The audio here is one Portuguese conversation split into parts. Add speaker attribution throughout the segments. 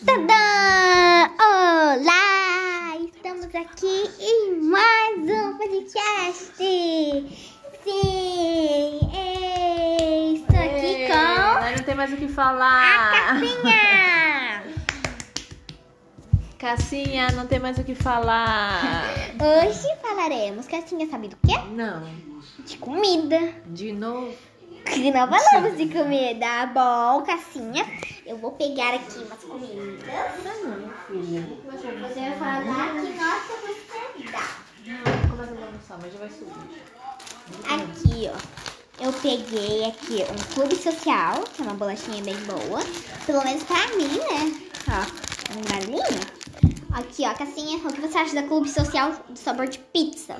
Speaker 1: Tadã! Olá! Estamos aqui em mais um podcast! Sim! ei, Ah. Estou aqui
Speaker 2: Ei,
Speaker 1: com
Speaker 2: mas Não tem mais o que
Speaker 1: a
Speaker 2: falar.
Speaker 1: Cassinha!
Speaker 2: Cassinha, não tem mais o que falar.
Speaker 1: Hoje falaremos, Cassinha, sabe do quê?
Speaker 2: Não.
Speaker 1: De comida!
Speaker 2: De novo.
Speaker 1: Que não falamos de comida! Bom, Cassinha, eu vou pegar aqui umas comidas.
Speaker 2: Não, filha.
Speaker 1: Você vai falar que nossa você dá.
Speaker 2: Não, começa a almoçar, mas já vai subir.
Speaker 1: Aqui, ó. Eu peguei aqui um clube social, que é uma bolachinha bem boa. Pelo menos pra mim, né? Ó, um galinho. Aqui, ó, Cassinha, o que você acha da clube social do sabor de pizza?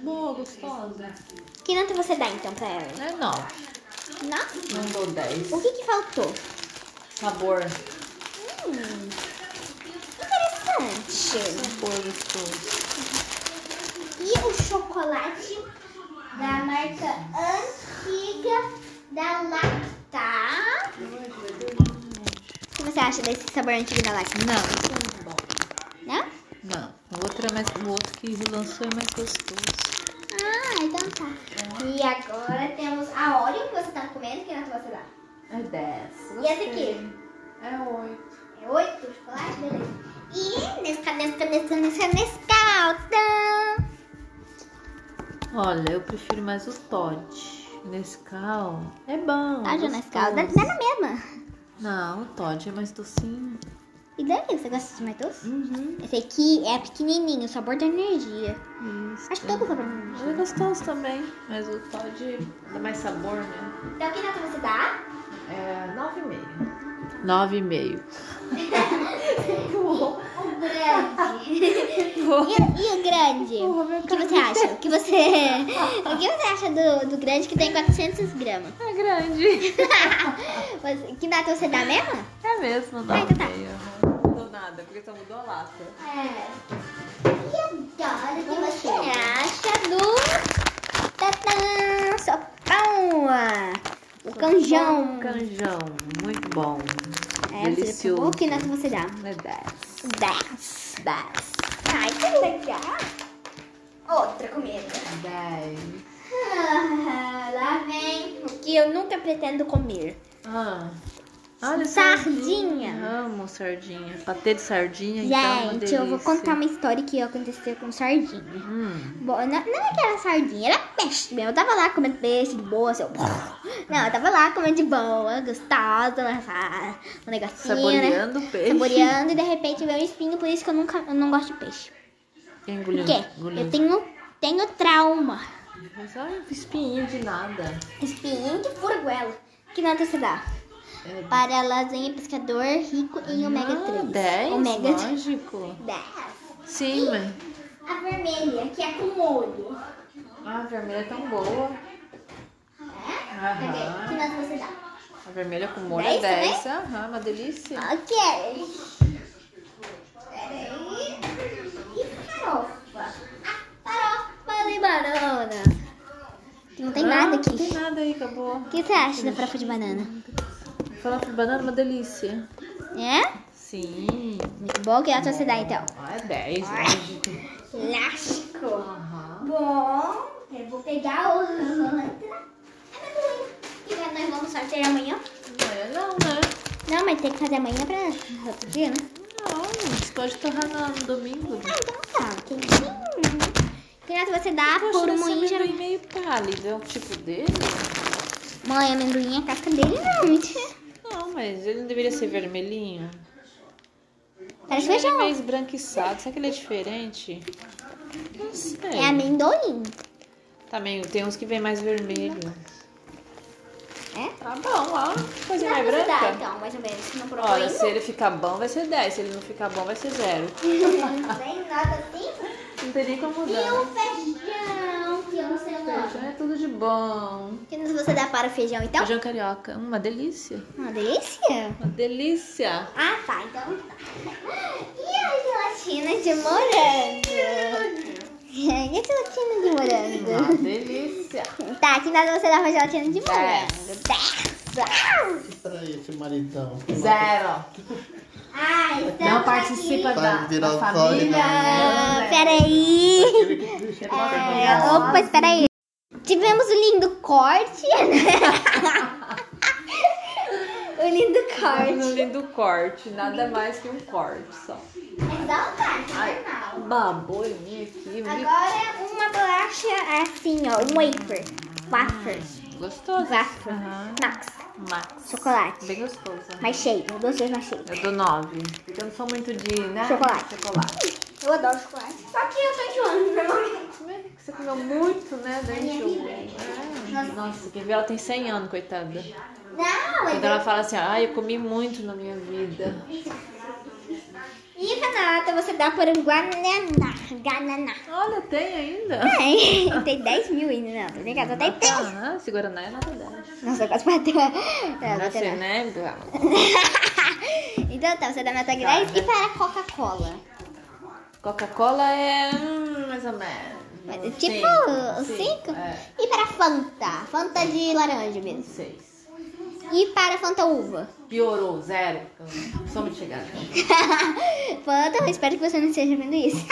Speaker 2: Boa, gostosa.
Speaker 1: Que nota você dá, então, pra ela?
Speaker 2: É não.
Speaker 1: Não?
Speaker 2: Não dou 10.
Speaker 1: O que que faltou?
Speaker 2: Sabor.
Speaker 1: Hum, interessante.
Speaker 2: Sabor gostoso.
Speaker 1: E o chocolate da marca antiga da Lacta. O que você acha desse sabor antigo da Lacta? Né?
Speaker 2: Não, isso é muito bom.
Speaker 1: Não?
Speaker 2: Não. O outro é mais. O outro que lançou é mais gostoso.
Speaker 1: Ah, então tá. E agora temos a Oreo que você tá comendo, que nota você dá?
Speaker 2: É 10.
Speaker 1: E essa aqui?
Speaker 2: É 8.
Speaker 1: É oito chocolate, beleza. E Nesca, Nesca, Nesca, Nesca, Nescau.
Speaker 2: Olha, eu prefiro mais o Todd. Nescau é bom.
Speaker 1: Ah, já Nescau. Dá, dá
Speaker 2: gostoso.
Speaker 1: na mesma.
Speaker 2: Não, o Todd é mais docinho.
Speaker 1: E daí, você gosta de mais doce?
Speaker 2: Uhum.
Speaker 1: Esse aqui é pequenininho, o sabor da energia.
Speaker 2: Isso.
Speaker 1: Acho todo o sabor da energia.
Speaker 2: Ele é gostoso também, mas o Todd dá mais sabor, né?
Speaker 1: Então, que nota você dá?
Speaker 2: É 9,5. 9,5.
Speaker 1: O grande. e, e o grande? O que você acha? O que você, o que você acha do, do grande que tem 400 gramas?
Speaker 2: É grande.
Speaker 1: Você- que nota você dá mesmo?
Speaker 2: É mesmo,
Speaker 1: Ah, então tá.
Speaker 2: 9,5. Não mudou nada, porque só mudou a lata.
Speaker 1: É. E agora, o que você acha do... Tadã! Sopão! O canjão.
Speaker 2: Canjão, muito bom.
Speaker 1: É, você
Speaker 2: Delicioso.
Speaker 1: falou que nota você dá?
Speaker 2: É 10.
Speaker 1: 10.
Speaker 2: 10.
Speaker 1: Ai, que legal! Outra comida.
Speaker 2: 10.
Speaker 1: Ah, lá vem o que eu nunca pretendo comer.
Speaker 2: Ah. Olha,
Speaker 1: Sardinha.
Speaker 2: Amo sardinha. Patê de sardinha, então, é uma
Speaker 1: Gente, eu vou
Speaker 2: delícia.
Speaker 1: contar uma história que aconteceu com sardinha.
Speaker 2: Hum.
Speaker 1: Bom, não, não é que era sardinha, era peixe mesmo. Eu tava lá comendo peixe de boa, assim, eu... Não, eu tava lá comendo de boa, gostosa, lá, um negocinho, né?
Speaker 2: Saboreando o peixe.
Speaker 1: Saboreando e de repente veio um espinho, por isso que eu nunca eu não gosto de peixe. Por
Speaker 2: Engolindo.
Speaker 1: quê? Eu tenho, tenho trauma.
Speaker 2: Mas olha, espinho de nada.
Speaker 1: Espinho de furguela. Que nota você dá?
Speaker 2: É
Speaker 1: Para lasanha, pescador, rico em ômega 3.
Speaker 2: 10?
Speaker 1: Ômega 3.
Speaker 2: Ah, lógico.
Speaker 1: 10.
Speaker 2: Sim, mas...
Speaker 1: A vermelha, que é com molho.
Speaker 2: Ah, a vermelha é tão boa.
Speaker 1: É? Ok, Que
Speaker 2: Aham.
Speaker 1: nota você dá?
Speaker 2: A vermelha com molho é
Speaker 1: 10
Speaker 2: 10. Aham, uma delícia.
Speaker 1: Ok. Peraí. E farofa? A farofa de banana. Não tem
Speaker 2: Ah,
Speaker 1: nada
Speaker 2: Não tem
Speaker 1: aqui.
Speaker 2: nada aí, acabou.
Speaker 1: O que você acha da farofa de banana?
Speaker 2: Farofa de banana é uma delícia.
Speaker 1: É?
Speaker 2: Sim.
Speaker 1: Muito bom. Que nota você dá, então?
Speaker 2: Ah, é 10, lógico.
Speaker 1: Lástico.
Speaker 2: Aham.
Speaker 1: Bom, eu vou pegar outra. É Que nós vamos sortear amanhã.
Speaker 2: Não é não, né?
Speaker 1: Não, mas tem que fazer amanhã pra outro dia, né?
Speaker 2: Não, você pode torrar no no domingo.
Speaker 1: Ah, então tá. Tem que... Que nota você dá
Speaker 2: Eu
Speaker 1: por
Speaker 2: acho
Speaker 1: um
Speaker 2: esse
Speaker 1: índio?
Speaker 2: amendoim meio pálido. É o tipo dele?
Speaker 1: Mãe, amendoim, a casca dele não. é mentira.
Speaker 2: Não, mas ele não deveria ser vermelhinho.
Speaker 1: Parece
Speaker 2: Ele é
Speaker 1: feijão.
Speaker 2: meio esbranquiçado. Será que ele é diferente? Não sei.
Speaker 1: É amendoim.
Speaker 2: Também tem uns que vem mais vermelho.
Speaker 1: É?
Speaker 2: Tá bom, ó. Coisa
Speaker 1: Não,
Speaker 2: mais
Speaker 1: você dá,
Speaker 2: é branca.
Speaker 1: então, mais ou menos. Não provou
Speaker 2: Olha,
Speaker 1: ainda.
Speaker 2: se ele ficar bom, vai ser 10. Se ele não ficar bom, vai ser 0.
Speaker 1: Nem nada assim.
Speaker 2: Não tem nem como
Speaker 1: E
Speaker 2: mudar.
Speaker 1: o feijão, que eu não sei o nome.
Speaker 2: Feijão é tudo de bom.
Speaker 1: Que nota você dá para o feijão, então?
Speaker 2: Feijão carioca. Hum, Uma delícia.
Speaker 1: Uma delícia.
Speaker 2: Uma delícia.
Speaker 1: Ah, tá, então tá. E a gelatina de morango? E a gelatina de
Speaker 2: Uma
Speaker 1: morango?
Speaker 2: delícia.
Speaker 1: Tá, aqui nada você dá uma gelatina de morango.
Speaker 2: Dez.
Speaker 1: Dez.
Speaker 3: Pra esse maridão.
Speaker 2: Zero.
Speaker 1: Ai,
Speaker 2: Não participa da,
Speaker 3: Vai virar né?
Speaker 2: da
Speaker 3: o
Speaker 2: família.
Speaker 1: Ah, peraí.
Speaker 3: Aquele que deixa
Speaker 1: É, opa, espera aí. Tivemos o lindo corte, né? o lindo
Speaker 2: No
Speaker 1: corte.
Speaker 2: lindo corte, nada mais que um corte só.
Speaker 1: É só o corte,
Speaker 2: Ai.
Speaker 1: normal.
Speaker 2: Babolinha aqui, vi-
Speaker 1: Agora uma bolacha assim, ó, um wafer. Wafer.
Speaker 2: gostoso.
Speaker 1: Wafer.
Speaker 2: Aham.
Speaker 1: Max.
Speaker 2: Max.
Speaker 1: Chocolate.
Speaker 2: Bem gostoso. né?
Speaker 1: Mais cheio, eu dou dois mais cheio.
Speaker 2: Eu dou nove. Porque eu não sou muito de, né?
Speaker 1: Chocolate.
Speaker 2: Chocolate.
Speaker 1: Eu adoro chocolate. Só que eu tô enjoando normalmente.
Speaker 2: Você comeu muito, né, durante
Speaker 1: minha
Speaker 2: o... Ai, Ah. Nossa, quer ver? Ela tem 100 anos, coitada.
Speaker 1: Não, mas
Speaker 2: Quando ela fala assim, ah, eu comi muito na minha vida.
Speaker 1: E Renata, você dá por um guananá. Guananá.
Speaker 2: Olha, tem ainda.
Speaker 1: Tem, tem 10 mil ainda, não. Tô brincando, só tem 10.
Speaker 2: Ah, esse Guaraná é nada dela.
Speaker 1: Nossa, quase bateu. Não,
Speaker 2: Pra
Speaker 1: bateu
Speaker 2: ser,
Speaker 1: não.
Speaker 2: né?
Speaker 1: Então tá, você dá nota
Speaker 2: Tá,
Speaker 1: 10 e para a Coca-Cola.
Speaker 2: Coca-Cola é hum, mais ou menos.
Speaker 1: Mas,
Speaker 2: Um
Speaker 1: Tipo,
Speaker 2: cinco,
Speaker 1: 5?
Speaker 2: É,
Speaker 1: E para a Fanta? Fanta de laranja
Speaker 2: um
Speaker 1: mesmo.
Speaker 2: seis.
Speaker 1: E para a Fanta uva?
Speaker 2: Piorou, zero. Eu Sou muito chegada.
Speaker 1: Fanta, eu espero que você não esteja vendo isso.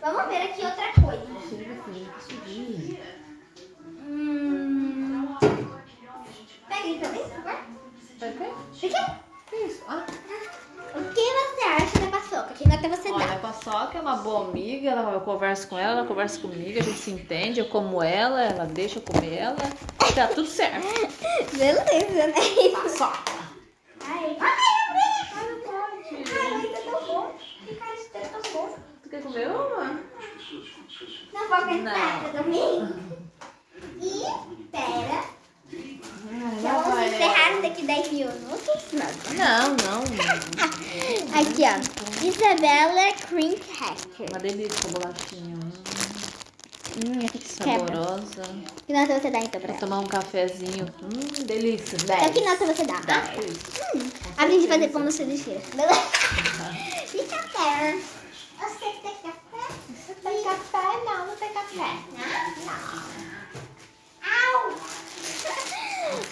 Speaker 1: Vamos ver aqui outra coisa. Hum... Pega aí pra mim, por favor.
Speaker 2: O
Speaker 1: Por quê?
Speaker 2: que é isso? Ah,
Speaker 1: O que você acha da paçoca? Que nota você
Speaker 2: olha,
Speaker 1: dá?
Speaker 2: a Paçoca é uma boa amiga. Ela, eu converso com ela, ela conversa comigo. A gente se entende. Eu como ela, ela deixa eu comer ela. Tá tudo certo.
Speaker 1: Beleza, né?
Speaker 2: Paçoca.
Speaker 1: Ai, ai, não pode. Ai, mas é tão bom. Que cara de tanto tão tá bom.
Speaker 2: Tu quer comer uma?
Speaker 1: Não vou aguentar
Speaker 2: Não.
Speaker 1: também. E pera. Já
Speaker 2: lá vai né?
Speaker 1: vamos encerrar daqui 10 minutos. Não.
Speaker 2: Não, não.
Speaker 1: Aqui, ó. Isabela Cream Hacker.
Speaker 2: Uma delícia um a bolachinha. Hum,
Speaker 1: Hum, aqui que quebra.
Speaker 2: Saborosa.
Speaker 1: Que nota você dá então pra
Speaker 2: Vou
Speaker 1: ela?
Speaker 2: tomar um cafezinho. Hum, delícia.
Speaker 1: Então,
Speaker 2: Dez.
Speaker 1: que nota você dá? é Hum,
Speaker 2: Dez.
Speaker 1: A gente vai fazer como você deixa. Beleza? E café? Você tem café? Você tem café? Não, não tem café. Não? Au!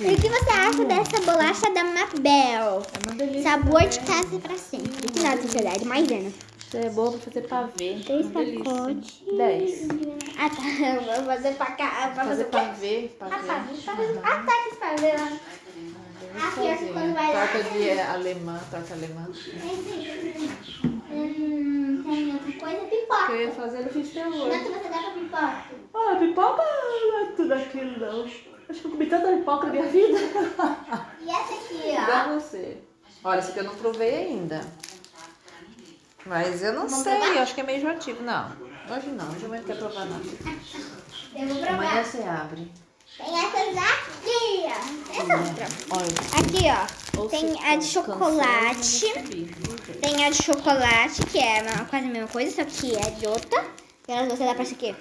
Speaker 1: E o que você acha dessa bolacha da Mabel?
Speaker 2: É uma delícia.
Speaker 1: Sabor de casa pra sempre. Que nada, sociedade. Maisena.
Speaker 2: Isso é bom pra fazer pavê.
Speaker 1: Três
Speaker 2: Uma delícia.
Speaker 1: pacotes.
Speaker 2: Dez.
Speaker 1: Ah, tá. Eu vou fazer pra cá. Pra fazer
Speaker 2: Fazer
Speaker 1: o quê?
Speaker 2: pavê.
Speaker 1: Ah,
Speaker 2: Pavê.
Speaker 1: tá. Ah, tá. Que fazer. Ah, pior que quando vai lá.
Speaker 2: Torta de é, alemã. Torta alemã.
Speaker 1: Hum, tem outra coisa.
Speaker 2: Eu ia
Speaker 1: Pipoca.
Speaker 2: fazer, eu fiz até
Speaker 1: Quanto
Speaker 2: hoje.
Speaker 1: você dá pra pipoca?
Speaker 2: Ah, pipoca não é tudo aquilo, não. Acho que eu comi tanta pipoca na minha vida.
Speaker 1: E essa aqui, ó.
Speaker 2: Pra você. Olha, esse aqui eu não provei ainda. Mas eu não
Speaker 1: Vamos
Speaker 2: sei,
Speaker 1: provar?
Speaker 2: eu acho que é meio enjoativo. Não, hoje não, hoje eu não quero provar nada.
Speaker 1: Eu vou
Speaker 2: Amanhã
Speaker 1: provar.
Speaker 2: você abre.
Speaker 1: Tem essas aqui, ó. Essa outra.
Speaker 2: Olha,
Speaker 1: Aqui, ó.
Speaker 2: ou
Speaker 1: Tem
Speaker 2: você
Speaker 1: a de
Speaker 2: cancela,
Speaker 1: chocolate.
Speaker 2: ou você subir.
Speaker 1: Tem a de chocolate, que é uma- quase a mesma coisa, só que é de outra. E elas você dá pra essa aqui.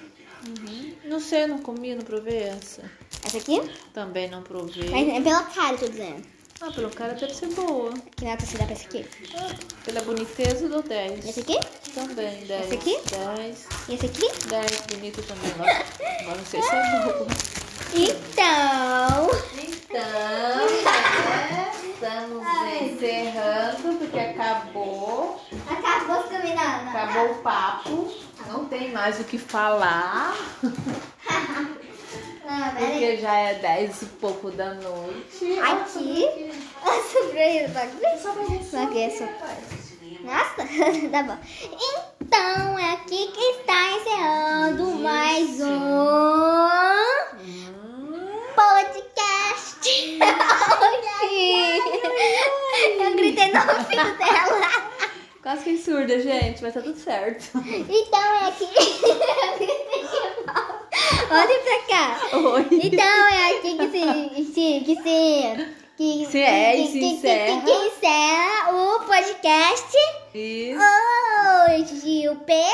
Speaker 2: Não sei, não comi, não provei essa.
Speaker 1: Essa aqui?
Speaker 2: Também não provei.
Speaker 1: Mas é pela cara, tô dizendo.
Speaker 2: Ah, pelo cara deve ser boa.
Speaker 1: Que nota você dá pra essa aqui?
Speaker 2: Ah, Pela boniteza, eu dou 10.
Speaker 1: Essa aqui?
Speaker 2: Também, 10.
Speaker 1: Esse aqui?
Speaker 2: 10.
Speaker 1: E essa aqui?
Speaker 2: 10, bonita também. Agora agora não sei se é boa.
Speaker 1: Então.
Speaker 2: Então, né, estamos encerrando porque acabou,
Speaker 1: Acabou combinando.
Speaker 2: acabou o papo, não tem mais o que falar,
Speaker 1: Ah,
Speaker 2: porque já é 10 e pouco da noite.
Speaker 1: Aqui. Sobrou isso, bagulho. Aqui, essa. Nossa, tá bom. Então, é aqui que está encerrando mais um podcast. Eu gritei no ouvido dela.
Speaker 2: Quase que surda, gente, mas tá tudo certo.
Speaker 1: Então, é aqui. Eu gritei de novo. Olha pra cá.
Speaker 2: Oi.
Speaker 1: Então é aqui que se. se- que se. Que,
Speaker 2: Se é,
Speaker 1: que,
Speaker 2: e se
Speaker 1: que- que-
Speaker 2: encerra.
Speaker 1: Que, que encerra o podcast
Speaker 2: Isso.
Speaker 1: hoje. O P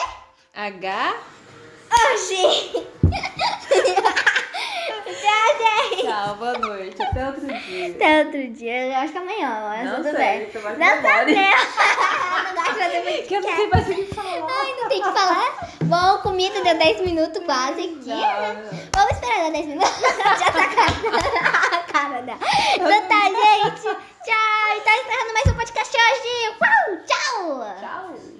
Speaker 2: H.
Speaker 1: hoje. Tá, Tchau, gente.
Speaker 2: Tchau, boa noite. Até outro dia.
Speaker 1: Até outro tá. dia, eu acho que amanhã, mas
Speaker 2: Não
Speaker 1: tudo
Speaker 2: sei,
Speaker 1: bem.
Speaker 2: tomara que
Speaker 1: Não tá
Speaker 2: demore.
Speaker 1: sabemos. não gosto, mas eu vou
Speaker 2: Que eu não sei mais o que falar.
Speaker 1: Ai, não tem o que falar. Bom, comida deu 10 minutos quase aqui. né? Vamos esperar dar 10 minutos. Já tá cara. cara dela. Então tá, gente. tá Tchau. Então encerrando mais um podcast hoje. Uau, tchau.
Speaker 2: Tchau.